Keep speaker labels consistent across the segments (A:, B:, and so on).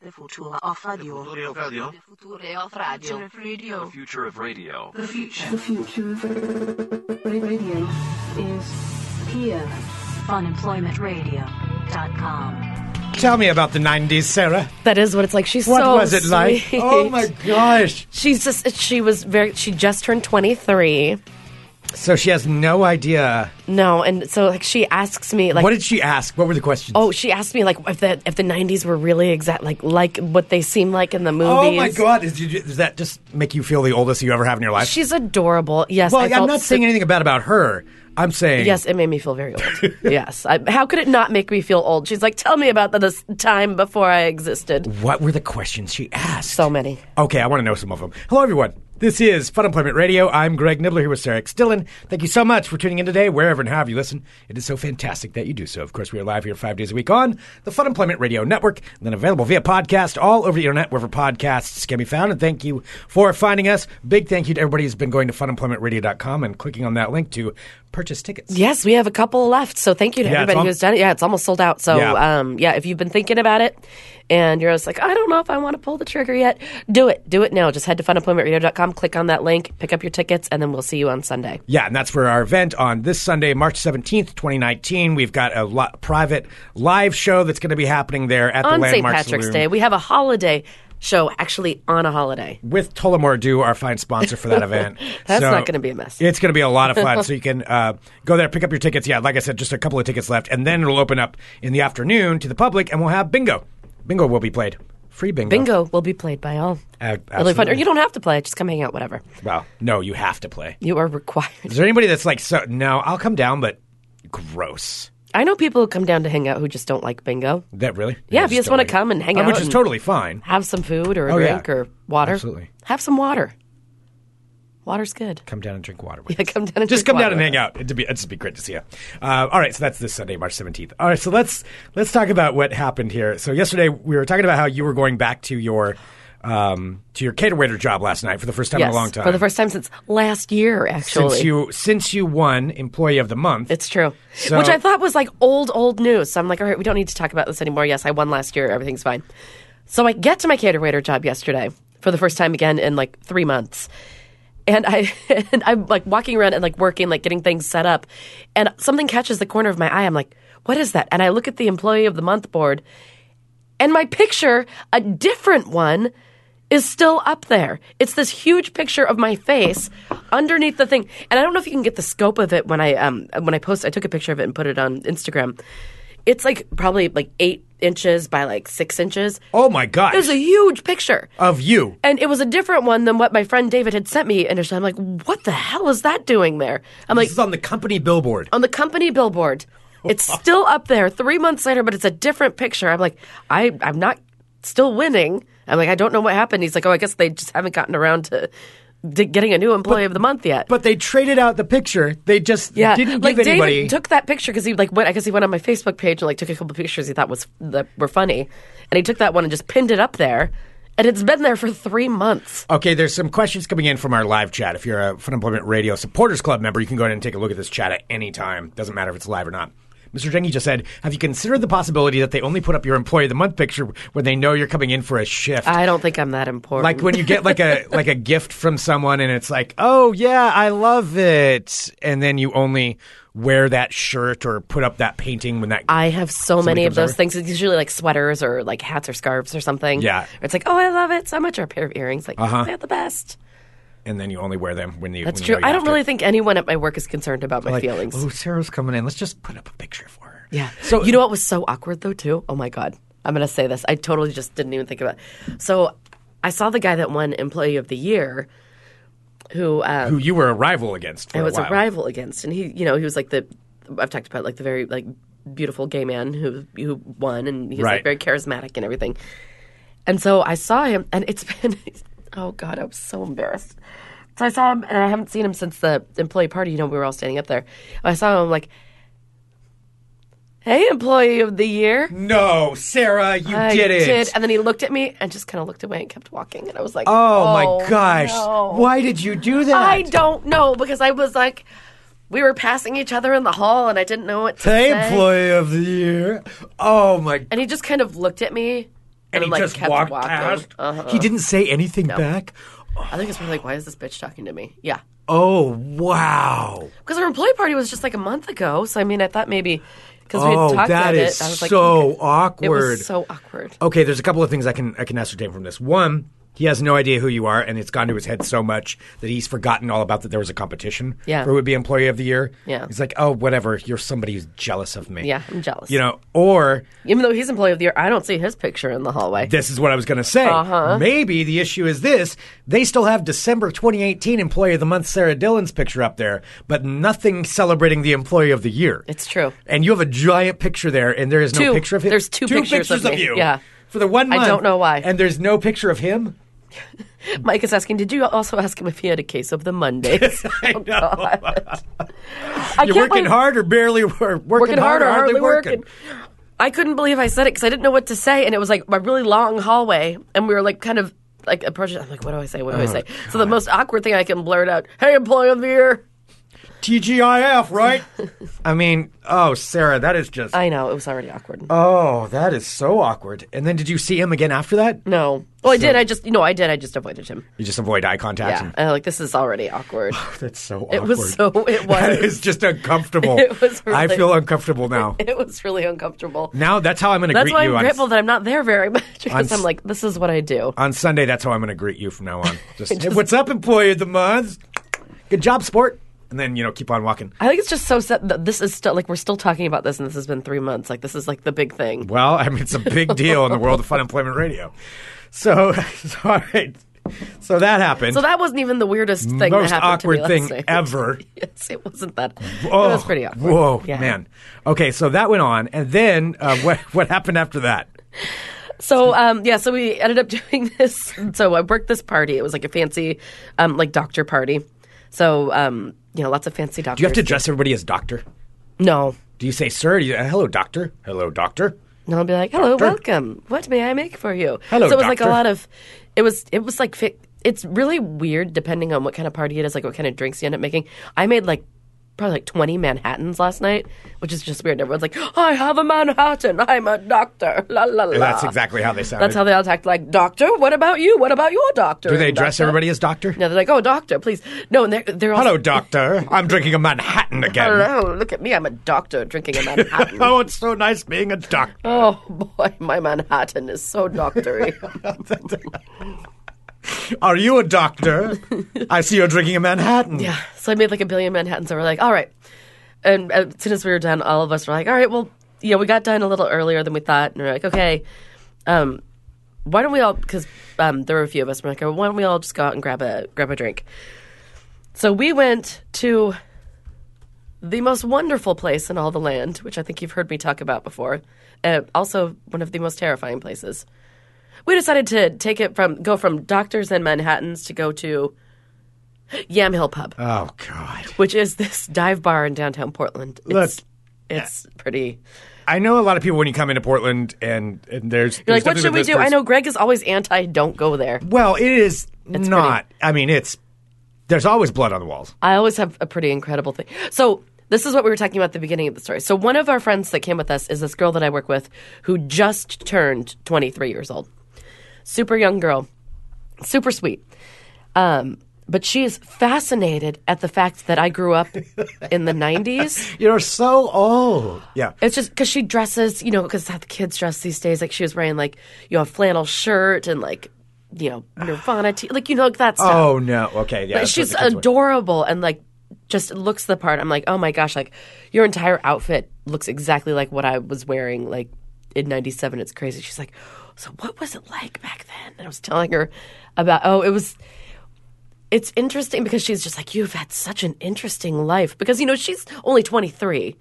A: The future of radio.
B: Future of radio.
A: The future of radio. radio.
B: The future of radio.
A: The future.
C: The future of radio is here.
A: Unemploymentradio.com.
D: Tell me about the 90s, Sarah.
E: That is what it's like. She's
D: What
E: so
D: was it like?
E: sweet.
D: Oh my gosh.
E: She's just she was very she just turned 23.
D: So she has no idea.
E: No, and so like she asks me like
D: what did she ask? What were the questions?
E: Oh, she asked me like if the if the 90s were really exact like like what they seem like in the movies.
D: Oh my god. Is you, does that just make you feel the oldest you ever have in your life?
E: She's adorable. Yes,
D: well,
E: I
D: I'm
E: felt
D: not
E: so-
D: saying anything bad about her. I'm saying
E: Yes, it made me feel very old. yes. I, how could it not make me feel old? She's like, "Tell me about the this time before I existed."
D: What were the questions she asked?
E: So many.
D: Okay, I want to know some of them. Hello, everyone. This is Fun Employment Radio. I'm Greg Nibbler here with Sarah X. Dillon. Thank you so much for tuning in today, wherever and however you listen. It is so fantastic that you do so. Of course, we are live here five days a week on the Fun Employment Radio Network, and then available via podcast all over the internet, wherever podcasts can be found. And thank you for finding us. Big thank you to everybody who's been going to funemploymentradio.com and clicking on that link to purchase tickets.
E: Yes, we have a couple left. So thank you to
D: Yeah, it's
E: everybody
D: al-
E: who's done it. Yeah, it's almost sold out. So
D: Yeah.
E: yeah. um yeah, if you've been thinking about it and you're just like, I don't know if I want to pull the trigger yet, do it. Do it now. Just head to funemploymentradio.com, click on that link, pick up your tickets, and then we'll see you on Sunday.
D: Yeah, and that's for our event on this Sunday, March 17th, 2019. We've got a li- private live show that's going to be happening there at the
E: on St.
D: Landmark
E: Patrick's
D: Saloon
E: Day, we have a holiday show actually on a holiday.
D: with Tullamore Dew, our fine sponsor for that event.
E: That's not gonna be a mess.
D: It's going to be a lot of fun. so you can uh, go there, pick up your tickets. Yeah, like I said, just a couple of tickets left. And then it'll open up in the afternoon to the public, and we'll have bingo. Bingo will be played. Free bingo.
E: Bingo will be played by all.
D: A-
E: Really fun. Or
D: absolutely.
E: you don't have to play, just come hang out, whatever.
D: Well, no, you have to play.
E: You are required.
D: Is there anybody that's like, so, no, I'll come down, but gross.
E: I know people who come down to hang out who just don't like bingo.
D: That really?
E: Yeah, if you just
D: don't
E: wanna
D: like it.
E: come and hang
D: Uh,
E: out
D: Which is
E: and-
D: totally fine.
E: Have some food or a
D: Oh, yeah.
E: drink or water.
D: Absolutely.
E: Have some water. Water's good.
D: come down and drink water with
E: Yeah,
D: us.
E: come down and
D: just
E: drink
D: come down
E: water
D: and
E: with
D: hang out. It'd be it'd just be great to see you. Uh, all right, so that's this Sunday, March seventeenth. All right, so let's let's talk about what happened here. So yesterday we were talking about how you were going back to your um, to your cater waiter job last night for the first time in a long time.
E: For the first time since last year, actually.
D: since you since you won Employee of the Month.
E: it's true.
D: So-
E: Which I thought was like old, old news. So I'm like, all right, we don't need to talk about this anymore. Yes, I won last year. Everything's fine. So I get to my cater waiter job yesterday for the first time again in like three months. And I and I'm like walking around and like working, like getting things set up, and something catches the corner of my eye. I'm like, what is that? And I look at the employee of the month board, and my picture, a different one, is still up there. It's this huge picture of my face underneath the thing, and I don't know if you can get the scope of it when I um when I post. I took a picture of it and put it on Instagram. It's like probably like eight inches by like six inches.
D: oh my gosh,
E: It's a huge picture.
D: of you.
E: And it was a different one than what my friend David had sent me initially. I'm like, what the hell is that doing there? I'm like,
D: this is on the company billboard.
E: on the company billboard. It's still up there three months later, but it's a different picture. I'm like, I, I'm not still winning. I'm like, I don't know what happened. He's like, oh, I guess they just haven't gotten around to, to getting a new employee of the month yet.
D: but they traded out the picture. They just
E: yeah,
D: didn't
E: like
D: give anybody.
E: David took that picture because he like went. I guess he went on my Facebook page and like took a couple pictures he thought was that were funny, and he took that one and just pinned it up there, and it's been there for three months.
D: Okay, there's some questions coming in from our live chat. If you're a Fun Employment Radio Supporters Club member, you can go ahead and take a look at this chat at any time. Doesn't matter if it's live or not. Mr. Jengi just said, "Have you considered the possibility that they only put up your employee of the month picture when they know you're coming in for a shift?"
E: I don't think I'm that important.
D: like when you get like a like a gift from someone and it's like, "Oh yeah, I love it," and then you only wear that shirt or put up that painting when that
E: I have so many of
D: comes
E: those
D: over?
E: things. It's usually like sweaters or like hats or scarves or something.
D: Yeah.
E: Or it's like, oh, I love it so much. Or a pair of earrings. Like,
D: Uh-huh.
E: they're the best.
D: and then you only wear them when you.
E: That's
D: when
E: true.
D: You know you
E: I don't
D: have to.
E: really think anyone at my work is concerned about my
D: like,
E: feelings.
D: Oh, Sarah's coming in. Let's just put up a picture for her.
E: Yeah.
D: So
E: So you know what was so awkward though too? Oh my god. I'm gonna say this. I totally just didn't even think about it. So I saw the guy that won Employee of the Year who um,
D: who you were a rival against for
E: I was
D: a
E: a
D: while.
E: rival against, and he, you know, he was like the I've talked about like the very like beautiful gay man who who won, and he was
D: Right.
E: like very charismatic and everything. And so I saw him, and it's been oh god, I was so embarrassed. So I saw him, and I haven't seen him since the employee party. You know, we were all standing up there. I saw him, I'm like, "Hey, employee of the year."
D: No, Sarah, you
E: I
D: did it.
E: And then he looked at me and just kind of looked away and kept walking. And I was like,
D: Oh, my gosh.
E: no."
D: Why did you do that?
E: I don't know because I was like, we were passing each other in the hall, and I didn't know what to
D: Hey,
E: say.
D: employee of the year. Oh my
E: and he just kind of looked at me,
D: and he
E: like,
D: just
E: kept
D: walked
E: walking.
D: past.
E: Uh-huh.
D: He didn't say anything back.
E: I think it's probably like, why is this bitch talking to me? Yeah.
D: Oh wow!
E: Because our employee party was just like a month ago. So, I mean, I thought maybe because we had
D: Oh,
E: talked
D: that
E: about
D: is
E: it, I was like,
D: so
E: okay. It
D: awkward.
E: was so awkward.
D: okay, there's a couple of things I can I can ascertain from this. One, he has no idea who you are, and it's gone to his head so much that he's forgotten all about that there was a competition
E: Yeah.
D: for who would be employee of the year.
E: Yeah.
D: he's like, oh, whatever. You're somebody who's jealous of me.
E: Yeah, I'm jealous.
D: You know, or
E: Even though he's employee of the year, I don't see his picture in the hallway.
D: this is what I was going to say.
E: Uh-huh.
D: Maybe the issue is this: they still have December 2018 Employee of the Month Sarah Dillon's picture up there, but nothing celebrating the Employee of the Year.
E: It's true.
D: and you have a giant picture there, and there is no
E: Two.
D: picture of him.
E: There's two pictures of me.
D: you.
E: Yeah.
D: for the one.
E: I
D: month,
E: don't know why.
D: And there's no picture of him.
E: Mike is asking, did you also ask him if he had a case of the Mondays? Oh,
D: I know.
E: I
D: You're
E: can't,
D: working
E: like,
D: hard or barely or working,
E: working
D: hard
E: hard
D: or
E: or
D: hardly,
E: hardly
D: working.
E: working. I couldn't believe I said it because I didn't know what to say, and it was like a really long hallway, and we were like kind of like approaching. I'm like, what do I say? What do I say?
D: Uh-huh.
E: So the most awkward thing I can blurt out, "Hey, employee of the year."
D: TGIF, right? I mean, oh, Sarah, that is just.
E: I know it was already awkward.
D: oh, that is so awkward. And then did you see him again after that?
E: no, well, I did. I just, you know, I did. I just avoided him.
D: You just avoid eye contact.
E: Yeah,
D: and-
E: and like this is already awkward.
D: that's so awkward.
E: It was so. It
D: That
E: was.
D: is just uncomfortable.
E: It was
D: I
E: really-
D: feel uncomfortable now.
E: It was really uncomfortable.
D: Now that's how I'm going to
E: That's
D: greet
E: why
D: you
E: I'm
D: on,
E: grateful that I'm not there very much because
D: s-
E: I'm like, this is what I do.
D: on Sunday. That's how I'm going to greet you from now on. Just, "Hey, what's up, employee of the month? Good job, sport. And then you know, keep on walking.
E: I think it's just so sad that this is still like we're still talking about this, and this has been three months. Like this is like the big thing.
D: Well, I mean, it's a big deal in the world of Fun Employment Radio. So, so, all right. So that happened.
E: So that wasn't even the weirdest thing. that
D: Most
E: happened
D: awkward
E: to me
D: thing
E: last night.
D: ever.
E: yes, it wasn't that.
D: Oh,
E: it was pretty awkward.
D: Whoa,
E: Yeah.
D: man. Okay, so that went on, and then uh, what what happened after that?
E: So um, yeah, so we ended up doing this. So I worked this party. It was like a fancy, um, like doctor party. So um, you know, lots of fancy doctors.
D: Do you have to dress everybody as doctor?
E: No,
D: Do you say sir? Do you, hello, doctor. Hello, doctor.
E: And I'll be like, "Hello,
D: Doctor?
E: welcome. What may I make for you?"
D: Hello,
E: So it was like a
D: doctor.
E: lot of, it was it was like fi- it's really weird depending on what kind of party it is, like what kind of drinks you end up making. I made like probably like twenty Manhattans last night, which is just weird. Everyone's like, "I have a Manhattan. I'm a doctor." La la la.
D: That's exactly how they sound.
E: That's how they all talk. Like, doctor, what about you? What about your doctor?
D: Do they dress everybody as doctor?
E: No, they're like, "Oh, doctor, please." No, and they're they're all
D: Hello, doctor. I'm drinking a Manhattan again.
E: Hello, look at me. I'm a doctor drinking a Manhattan.
D: oh, it's so nice being a doctor.
E: Oh boy, my Manhattan is so doctory.
D: Are you a doctor? I see you're drinking a Manhattan.
E: Yeah. So I made like a billion Manhattans, and we're like, all right. And as soon as we were done, all of us were like, all right, well, you know, we got done a little earlier than we thought, and we're like, okay, um, why don't we all? Because um, there were a few of us. We're like, why don't we all just go out and grab a grab a drink? So we went to the most wonderful place in all the land, which I think you've heard me talk about before. Uh, also, one of the most terrifying places. We decided to take it from go from Doctors and Manhattans to go to Yamhill Pub
D: Oh God.
E: which is this dive bar in downtown Portland. It's,
D: Look.
E: it's pretty.
D: I know a lot of people when you come into Portland and, and there's,
E: You're
D: there's
E: like, what
D: nothing
E: should
D: but
E: we
D: this
E: do? I
D: person-
E: know Greg is always anti. Don't go there.
D: Well, it is not. I mean, it's there's always blood on the walls.
E: I always have a pretty incredible thing. So this is what we were talking about at the beginning of the story. So one of our friends that came with us is this girl that I work with who just turned 23 years old. Super young girl, super sweet. Um, but she is fascinated at the fact that I grew up in the 90s.
D: You're so old. Yeah.
E: It's just because she dresses, you know, because how the kids dress these days. Like she was wearing like you know a flannel shirt and like you know Nirvana, t- like you know like that stuff.
D: Oh no. Okay. Yeah.
E: uh, But
D: that's what
E: she's
D: the kids wear.
E: adorable and like just looks the part. I'm like, oh my gosh, like your entire outfit looks exactly like what I was wearing like in '97. It's crazy. She's like, so what was it like back then? And I was telling her about oh, it was. It's interesting because she's just like you've had such an interesting life because you know she's only 23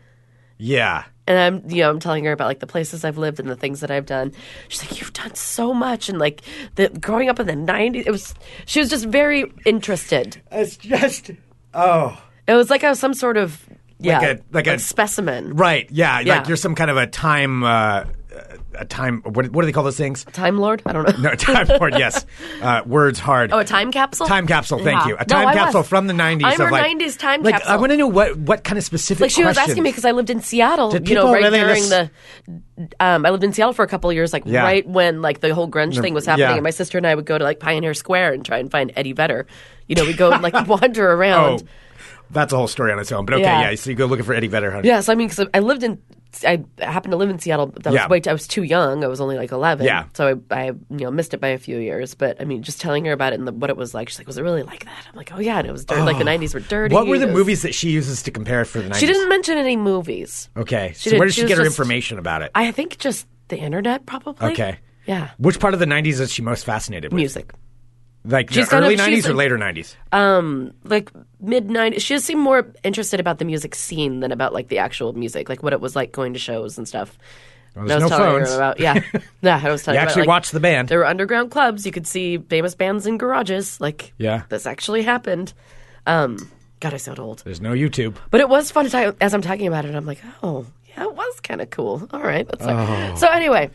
D: Yeah.
E: and I'm you know I'm telling her about like the places I've lived and the things that I've done. She's like, "You've done so much," and like the growing up in the '90s, it was she was just very interested.
D: It's just oh.
E: It was like I was some sort of yeah,
D: Like a- like a-
E: specimen.
D: Right. Yeah.
E: Yeah.
D: Like you're some kind of a time. Uh, uh, a time. What, what do they call those things?
E: Time Lord? I don't know.
D: No, time lord. Yes, uh, words hard.
E: Oh, a time capsule?
D: Time capsule. Thank
E: Yeah.
D: you. A
E: No,
D: time
E: I was.
D: capsule from the nineties.
E: I'm
D: of
E: her
D: like,
E: 90s time
D: like, I
E: capsule.
D: want to know what what kind of specific.
E: Like she was
D: questions.
E: asking me because I lived in Seattle,
D: Did
E: you know,
D: people
E: right
D: really
E: during
D: lis-
E: the. Um, I lived in Seattle for a couple of years, like
D: Yeah.
E: right when like the whole grunge thing was happening,
D: yeah.
E: and my sister and I would go to like Pioneer Square and try and find Eddie Vedder. You know, we go and like wander
D: Oh,
E: around.
D: that's a whole story on its own. But okay, yeah.
E: Yeah.
D: so you go looking for Eddie Vedder. Huh?
E: Yeah, so I mean, because I lived in, I happened to live in Seattle. But that
D: Yeah.
E: was way too, I was too young. I was only like eleven.
D: Yeah.
E: So I, I, you know, missed it by a few years. But I mean, just telling her about it and the, what it was like, she's like, "Was it really like that?" I'm like, "Oh yeah," and it was dirt. Like the '90s were dirty.
D: What were the
E: It was-
D: movies that she uses to compare for the nineties?
E: She didn't mention any movies.
D: Okay,
E: She
D: so where
E: didn't.
D: did she,
E: She was
D: get her
E: just-
D: information about it?
E: I think just the internet, probably.
D: okay.
E: Yeah.
D: Which part of the '90s is she most fascinated with?
E: Music.
D: like the
E: She's kind
D: early
E: of- she's
D: '90s or
E: like-
D: later '90s?
E: Um, like mid '90s. She just seemed more interested about the music scene than about like the actual music, like what it was like going to shows and stuff. And I
D: there's
E: was
D: no
E: telling her
D: phones.
E: about yeah, yeah. I was telling
D: You
E: her about,
D: actually
E: like,
D: watched the band.
E: There were underground clubs. You could see famous bands in garages. Like
D: Yeah.
E: this actually happened. Um, God, I sound old,
D: There's no YouTube.
E: but it was fun to talk. As I'm talking about it, I'm like, oh yeah, it was kind of cool. All right, that's like- so. Anyway,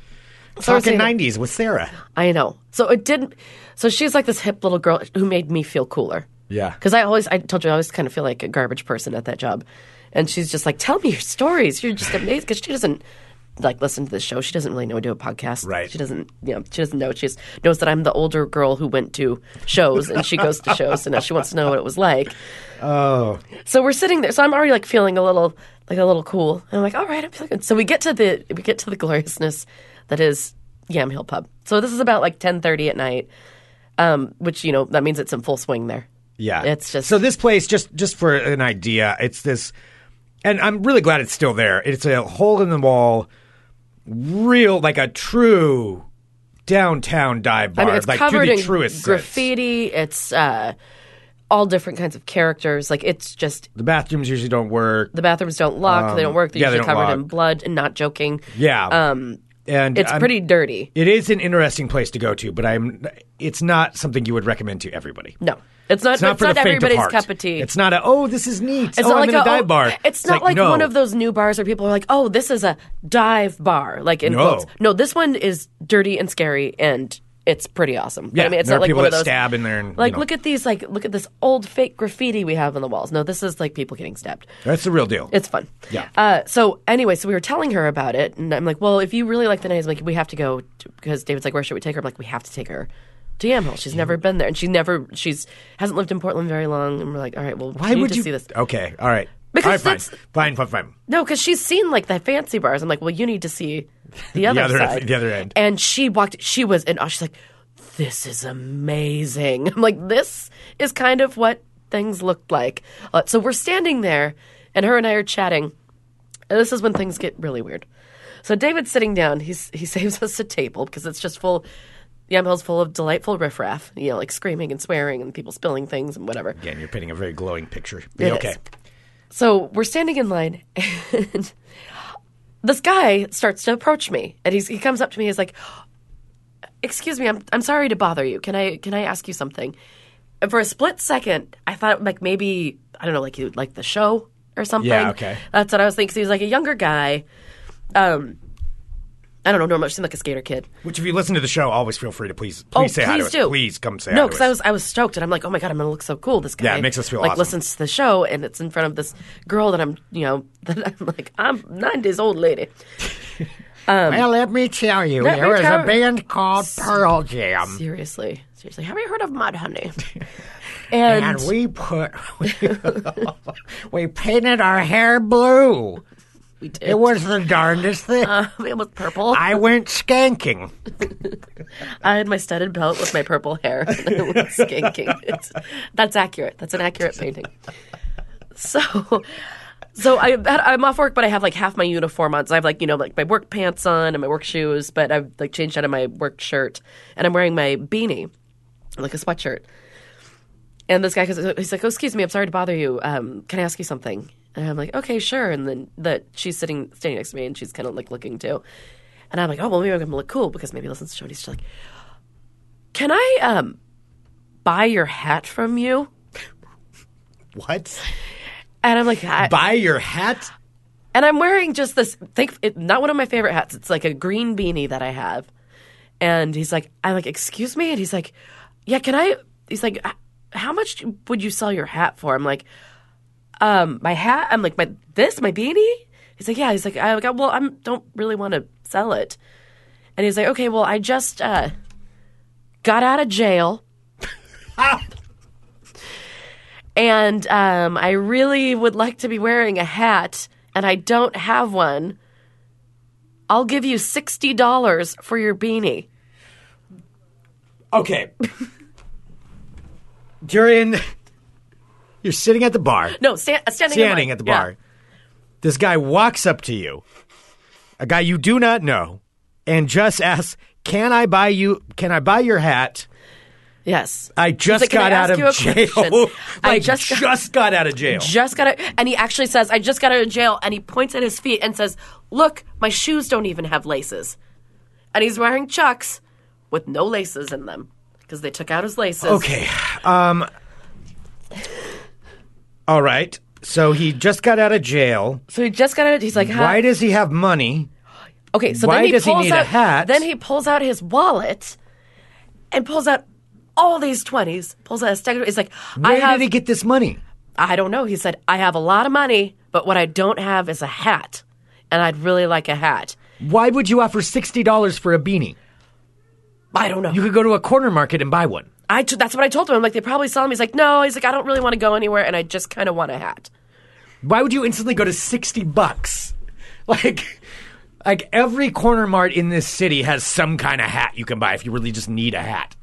E: so I was
D: Talking
E: saying-
D: '90s with Sarah.
E: I know. So it didn't. So she's like this hip little girl who made me feel cooler.
D: Yeah.
E: Because I always, I told you, I always kind of feel like a garbage person at that job. And she's just like, tell me your stories. You're just amazing. Because she doesn't like listen to the show. She doesn't really know we do a podcast.
D: Right.
E: She doesn't, you know, she doesn't know. She just knows that I'm the older girl who went to shows and she goes to shows and now she wants to know what it was like. Oh. So we're sitting there. So I'm already like feeling a little, like a little cool. And I'm like, all right, I'm feeling good. So we get to the, we get to the gloriousness that is Yam Hill Pub. So this is about like 1030 at night. Um, which you know that means it's in full swing there.
D: Yeah,
E: It's just-
D: so. This place, just just for an idea, it's this, and I'm really glad it's still there. It's a hole in the wall, real like a true downtown dive bar,
E: I mean, it's
D: like
E: covered
D: to the
E: in
D: truest sense.
E: graffiti. It's uh, all different kinds of characters. Like it's just
D: The bathrooms usually don't work.
E: the bathrooms don't lock. they don't work. They're
D: Um, yeah, they
E: usually
D: don't
E: covered in
D: lock.
E: blood. And not joking.
D: Yeah,
E: Um,
D: and
E: it's
D: I'm-
E: pretty dirty.
D: It is an interesting place to go to, but I'm. It's not something you would recommend to everybody.
E: No, it's not.
D: It's not for the faint of
E: everybody's
D: heart.
E: cup of tea.
D: It's not a oh, this is neat. oh, I'm in a,
E: oh,
D: dive bar.
E: It's, not like,
D: no.
E: one of those new bars where people are like, "Oh, this is a dive bar." Like in
D: No.
E: quotes. No, this one is dirty and scary, and it's pretty awesome. But,
D: Yeah,
E: I mean, it's
D: there
E: not
D: are
E: like
D: people
E: one of
D: that
E: those
D: stab in there and, you
E: like
D: know.
E: look at these like look at this old fake graffiti we have on the walls. No, this is like people getting stabbed.
D: That's the real deal.
E: It's fun.
D: Yeah.
E: Uh, so anyway, so we were telling her about it, and I'm like, "Well, if you really like the night, like we have to go to- because David's like, where should we take her?" I'm like, "We have to take her." To Yamhill, she's never been there, and she never she's hasn't lived in Portland very long. And we're like, all right, well,
D: Why
E: we need
D: would
E: to
D: you
E: see this?
D: Okay, all right.
E: Because
D: all right, fine.
E: that's-
D: fine, fine, fine.
E: No, because she's seen like the fancy bars. I'm like, well, you need to see the other,
D: other-
E: side,
D: the other end.
E: And she walked. She was in awe. She's like, this is amazing. I'm like, this is kind of what things looked like. Uh, so we're standing there, and her and I are chatting. And this is when things get really weird. So David's sitting down. He's he saves us a table because it's just full. Yamhill's full of delightful riffraff, you know, like screaming and swearing and people spilling things and whatever.
D: Again, you're painting a very glowing picture.
E: It is.
D: okay.
E: So we're standing in line, and this guy starts to approach me, and he's, he comes up to me. He's like, "Excuse me, I'm I'm sorry to bother you. Can I can I ask you something?" And for a split second, I thought like maybe I don't know, like you like the show or something.
D: Yeah, okay.
E: That's what I was thinking. 'cause he was like a younger guy. Um, I don't know. Normal, seemed like a skater kid.
D: Which, if you listen to the show, always feel free to please, please say hi to
E: Oh, please do.
D: us. Please come say
E: No,
D: hi
E: because
D: to
E: I
D: us.
E: was I was stoked, and I'm like, oh my god, I'm gonna look so cool. This guy,
D: Yeah, it makes us feel
E: like
D: awesome.
E: listens to the show, and it's in front of this girl that I'm, you know, that I'm like, I'm 90s old lady.
B: Well, let me tell you,
E: Let
B: there
E: me
B: was
E: tell-
B: a band called Pearl Jam,
E: Seriously, seriously, have you heard of Mud Honey? and,
B: and we put we painted our hair blue.
E: we did.
B: It was the darndest thing.
E: it was purple. I,
B: I went skanking.
E: had my studded belt with my purple hair. and I was skanking. It's, that's accurate. That's an accurate painting. So. So I, I'm off work, but I have like half my uniform on. So I have like you know like my work pants on and my work shoes, but I've like changed out of my work shirt, and I'm wearing my beanie, like a sweatshirt. And this guy comes, he's like, "Oh, excuse me, I'm sorry to bother you. Um, can I ask you something?" And I'm like, "Okay, sure." And then that she's sitting standing next to me, and she's kind of like looking too. And I'm like, "Oh, well, maybe I'm gonna look cool because maybe he listens to show." And he's just like, "Can I um buy your hat from you?"
D: what?
E: And I'm like, I,
D: Buy your hat?
E: And I'm wearing just this, think, it, not one of my favorite hats. It's like a green beanie that I have. And he's like, I'm like, excuse me? And he's like, yeah, can I? He's like, "H- how much would you sell your hat for? I'm like, um, my hat? I'm like, my this, my beanie? He's like, yeah. He's like, I got, well, I don't really want to sell it. And he's like, okay, well, I just uh, got out of jail. and um, I really would like to be wearing a hat, and I don't have one. I'll give you $60 for your beanie.
D: Okay. During you're sitting at the bar,
E: No, stand, standing, in
D: standing
E: line.
D: at the
E: Yeah.
D: bar. This guy walks up to you, a guy you do not know, and just asks, "Can I buy you? Can I buy your hat?"
E: Yes.
D: I just
E: like, "Can
D: got
E: I
D: out
E: ask
D: of
E: you a question?"
D: jail.
E: I
D: Like,
E: just got-
D: got out of jail.
E: just got out, and he actually says, "I just got out of jail," and he points at his feet and says, "Look, my shoes don't even have laces," and he's wearing chucks with no laces in them because they took out his laces.
D: Okay. Um. All right. So he just got out of jail.
E: so he just got out. He's like, "Hi."
D: Why does he have money?
E: Okay, so
D: Why
E: then he
D: does he
E: pulls
D: need a
E: out,
D: hat?
E: Then he pulls out his wallet and pulls out all these twenties. Pulls out a stack. of- He's like,
D: Where
E: "I have."
D: did he get this money?
E: I don't know. He said, "I have a lot of money, but what I don't have is a hat, and I'd really like a hat."
D: Why would you offer sixty dollars for a beanie?
E: I don't know.
D: You could go to a corner market and buy one.
E: I t- that's what I told him. I'm like, they probably sell them. He's like, no. He's like, I don't really want to go anywhere, and I just kind of want a hat.
D: Why would you instantly go to sixty bucks? Like, like every corner mart in this city has some kind of hat you can buy if you really just need a hat.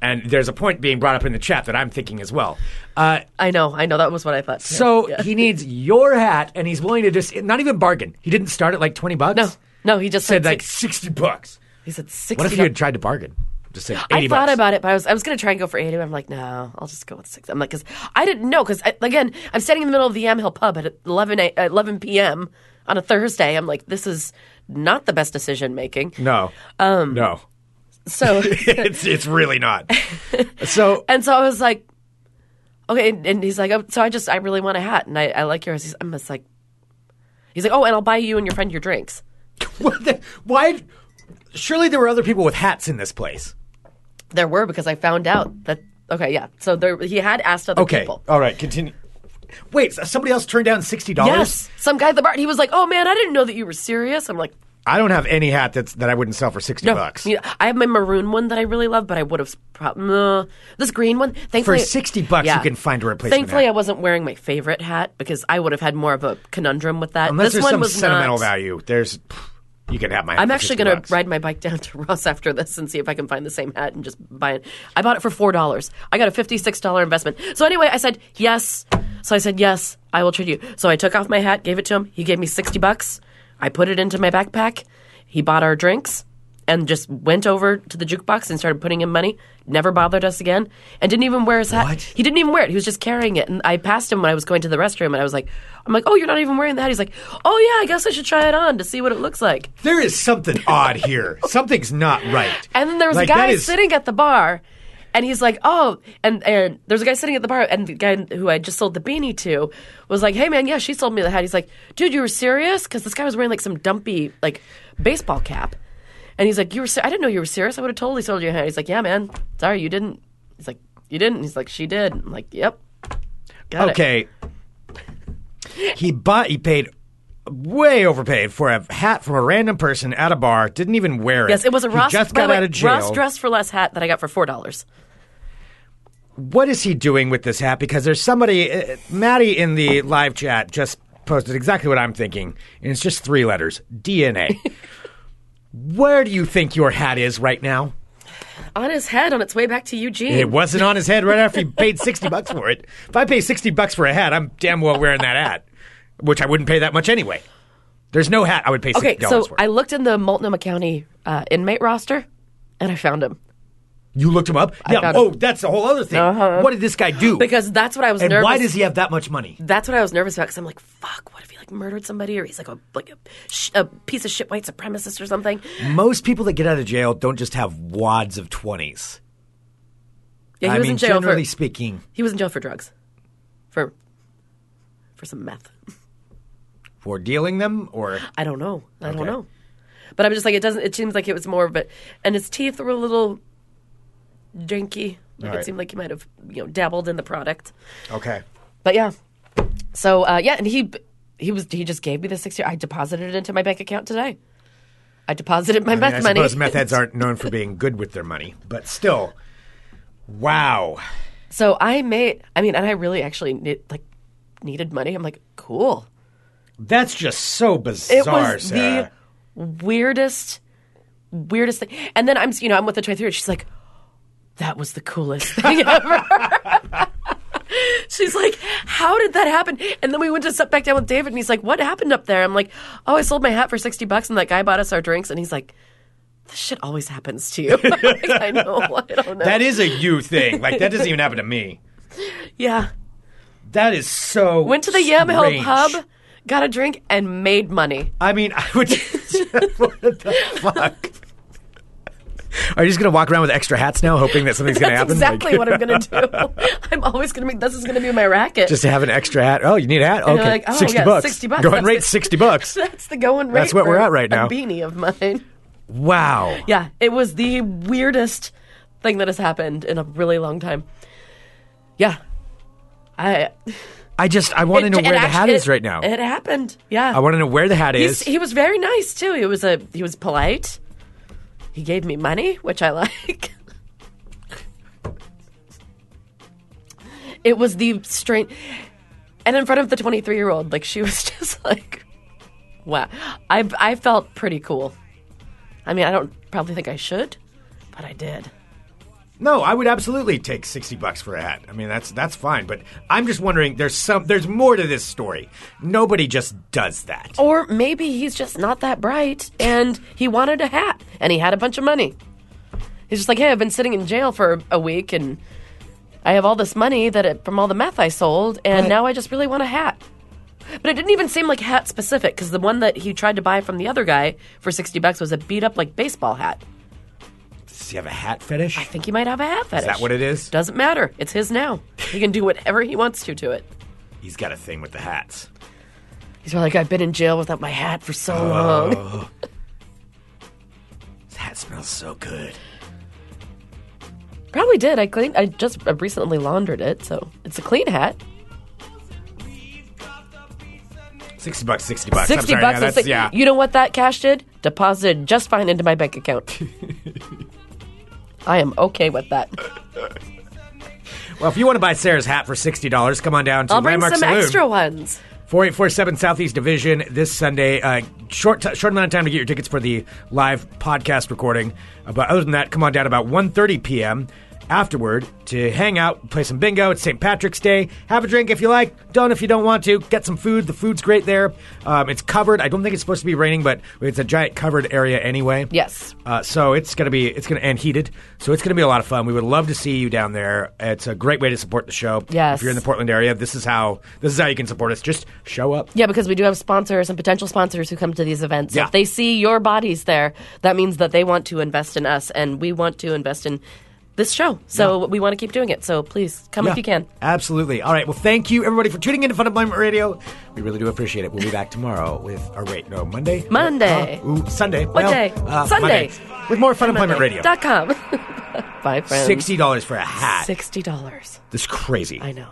D: And there's a point being brought up in the chat that I'm thinking as well. Uh,
E: I know, I know. That was what I thought. too.
D: So
E: Yeah.
D: he needs your hat, and he's willing to just not even bargain. He didn't start at like twenty bucks.
E: no, no. He just
D: said
E: said,
D: like
E: six-
D: sixty bucks.
E: he said sixty.
D: What if you had tried to bargain? Just say
E: I
D: eighty
E: thought
D: bucks.
E: about it, but I was I was gonna try and go for eighty. but I'm like, no, I'll just go with six. I'm like, because I didn't know. Because again, I'm standing in the middle of the Yam Hill Pub at 11 a, uh, 11 p.m. on a Thursday. I'm like, this is not the best decision making.
D: no, um, no,
E: So.
D: it's it's really not. So
E: And so I was like, okay. And, and he's like, oh, so I just, I really want a hat, and I, I like yours. He's, I'm just like, he's like, oh, and I'll buy you and your friend your drinks.
D: what the, why? Surely there were other people with hats in this place.
E: There were because I found out that. Okay, yeah. So there, he had asked other
D: Okay,
E: people.
D: all right, continue. Wait, so somebody else turned down sixty dollars.
E: Yes, some guy at the bar. and He was like, "Oh man, I didn't know that you were serious." I'm like,
D: I don't have any hat that's that I wouldn't sell for sixty
E: "No,
D: bucks.
E: you know, I have my maroon one that I really love, but I would have probably this green one." Thankfully,
D: 60 bucks, you can find a replacement
E: Thankfully,
D: hat.
E: I wasn't wearing my favorite hat because I would have had more of a conundrum with that.
D: Unless
E: this
D: there's
E: one
D: some
E: was
D: sentimental
E: not,
D: value, there's pff, you can have my. Hat
E: I'm
D: for
E: actually
D: 60
E: going
D: bucks.
E: to ride my bike down to Ross after this and see if I can find the same hat and just buy it. I bought it for four dollars. I got a fifty-six dollar investment. So anyway, I said yes. So I said yes. I will trade you. So I took off my hat, gave it to him. He gave me sixty bucks. I put it into my backpack. He bought our drinks and just went over to the jukebox and started putting in money. Never bothered us again and didn't even wear his hat.
D: What?
E: He didn't even wear it. He was just carrying it. And I passed him when I was going to the restroom and I was like, I'm like, oh, you're not even wearing the hat. He's like, oh yeah, I guess I should try it on to see what it looks like.
D: There is something odd here. Something's not right.
E: And then there was
D: Like,
E: a
D: that
E: guy
D: is-
E: sitting at the bar, and he's like, "Oh," and and there's a guy sitting at the bar, and the guy who I just sold the beanie to was like, "Hey man, yeah, she sold me the hat." He's like, "Dude, you were serious?" Because this guy was wearing like some dumpy like baseball cap, and he's like, "You were? se- I didn't know you were serious. I would have totally sold you a hat." He's like, "Yeah, man. Sorry, you didn't." He's like, "You didn't." He's like, "She did." I'm like, "Yep." Got it."
D: Okay. He bought. He paid way overpaid for a hat from a random person at a bar. Didn't even wear it.
E: Yes, it was a
D: He
E: Ross.
D: just
E: by
D: got
E: the way,
D: out of jail.
E: Ross dress for less hat that I got for four dollars.
D: what is he doing with this hat? Because there's somebody, uh, Maddie in the live chat just posted exactly what I'm thinking, and it's just three letters: DNA. Where do you think your hat is right now?
E: On his head, on its way back to Eugene.
D: It wasn't on his head right after he paid sixty bucks for it. If I pay sixty bucks for a hat, I'm damn well wearing that hat, which I wouldn't pay that much anyway. There's no hat I would pay sixty
E: Okay,
D: dollars
E: so
D: for.
E: I looked in the Multnomah County uh, inmate roster, and I found him
D: you looked him up. yeah.
E: found
D: Oh,
E: him.
D: that's a whole other thing. What did this guy do?
E: Uh-huh. because that's what I was
D: and
E: nervous.
D: why does he have that much money?
E: That's what I was nervous about because I'm like, fuck. What if he like murdered somebody, or he's like a like a, sh- a piece of shit white supremacist or something?
D: Most people that get out of jail don't just have wads of twenties.
E: Yeah, he
D: I
E: was
D: mean,
E: in jail for
D: generally speaking,
E: he was in jail for drugs, for for some meth.
D: for dealing them, or
E: I don't know. I don't
D: Okay.
E: know. But I'm just like it doesn't. It seems like it was more of it, and his teeth were a little janky. Like
D: Alright.
E: it seemed like he might have you know dabbled in the product.
D: okay,
E: But yeah, so uh, yeah, and he he was he just gave me the six year. I deposited it into my bank account today. I deposited my
D: I, mean,
E: meth
D: I
E: money.
D: suppose meth heads aren't known for being good with their money, but still, wow.
E: So I made. I mean, and I really actually need, like needed money. I'm like, cool.
D: That's just so
E: It
D: bizarre,
E: was
D: Sarah.
E: the weirdest, weirdest thing. And then I'm, you know, I'm with the 23. She's like, that was the coolest thing ever. She's like, how did that happen? And then we went to sit back down with David, and he's like, what happened up there? I'm like, oh, I sold my hat for 60 bucks, and that guy bought us our drinks. And he's like, this shit always happens to you. Like, I know. I don't know.
D: that is a you thing. Like that doesn't even happen to me.
E: yeah.
D: That is so.
E: Went to the Yam Hill
D: strange.
E: pub, got a drink, and made money.
D: I mean, I would. what the fuck? Are you just gonna walk around with extra hats now, hoping that something's gonna
E: That's
D: happen?
E: exactly
D: Like,
E: what I'm going to do. I'm always going to make this is going to be my racket.
D: Just to have an extra hat. Oh, you need a hat. Okay,
E: they're like, oh,
D: sixty
E: yeah,
D: bucks.
E: 60 bucks.
D: Going
E: That's
D: rate
E: it.
D: sixty bucks.
E: that's the going rate.
D: That's what
E: for
D: we're at right
E: a
D: now.
E: beanie of mine.
D: Wow.
E: Yeah, it was the weirdest thing that has happened in a really long time. Yeah, I
D: I just I want to know
E: it
D: where the
E: act-
D: hat
E: it-
D: is right now.
E: It happened. Yeah,
D: I want to know where the hat
E: He's-
D: is.
E: he was very nice too. He was a he was polite. He gave me money, which I like. it was the strange, and in front of the twenty three year old, like she was just like, wow. I I felt pretty cool. I mean, I don't probably think I should, but I did.
D: No, I would absolutely take sixty bucks for a hat. I mean, that's that's fine. But I'm just wondering. There's some. There's more to this story. Nobody just does that.
E: Or maybe he's just not that bright and he wanted a hat and he had a bunch of money. He's just like, hey, I've been sitting in jail for a week and I have all this money that it, from all the meth I sold and now I just really want a hat. But it didn't even seem like hat specific because the one that he tried to buy from the other guy for 60 bucks was a beat up like baseball hat.
D: Does he have a hat fetish?
E: I think he might have a hat fetish.
D: what it is?
E: Doesn't matter. It's his now. He can do whatever he wants to to it.
D: He's got a thing with the hats.
E: He's like, I've been in jail without my hat for so long.
D: His hat smells so good.
E: Probably did. I cleaned. I just recently laundered it, so it's a clean hat.
D: Sixty bucks, sixty bucks.
E: Sixty
D: I'm sorry,
E: bucks.
D: yeah,
E: is
D: that's,
E: like-
D: yeah.
E: You know what that cash did? Deposited just fine into my bank account. I am okay with that.
D: Well, if you want to buy Sarah's hat for sixty dollars, come on down to
E: I'll bring
D: Landmark
E: some
D: Saloon,
E: extra ones.
D: four eight four seven Southeast Division this Sunday. Uh, short t- short amount of time to get your tickets for the live podcast recording. Uh, but other than that, come on down about 1.30 p.m. Afterward, to hang out, play some bingo. It's St. Patrick's Day. Have a drink if you like. Don't if you don't want to. Get some food. The food's great there. Um, it's covered. I don't think it's supposed to be raining, but it's a giant covered area anyway.
E: Yes.
D: Uh, so it's gonna be it's gonna and heated. So it's gonna be a lot of fun. We would love to see you down there. It's a great way to support the show.
E: Yes.
D: If you're in the Portland area, this is how this is how you can support us. Just show up.
E: Yeah, because we do have sponsors and potential sponsors who come to these events. So
D: Yeah.
E: If they see your bodies there, that means that they want to invest in us, and we want to invest in this show. So we want to keep doing it. So please come
D: Yeah.
E: if you can.
D: Absolutely. All right. Well, thank you everybody for tuning in to Fun Employment Radio. We really do appreciate it. We'll be back tomorrow with or wait, no, Monday.
E: Monday.
D: Uh, ooh, Sunday.
E: What
D: Well,
E: day?
D: uh,
E: Sunday.
D: Monday. With more Fun Employment Radio.
E: Dot com. Bye, friends.
D: Sixty dollars for a hat.
E: Sixty dollars.
D: This is crazy.
E: I know.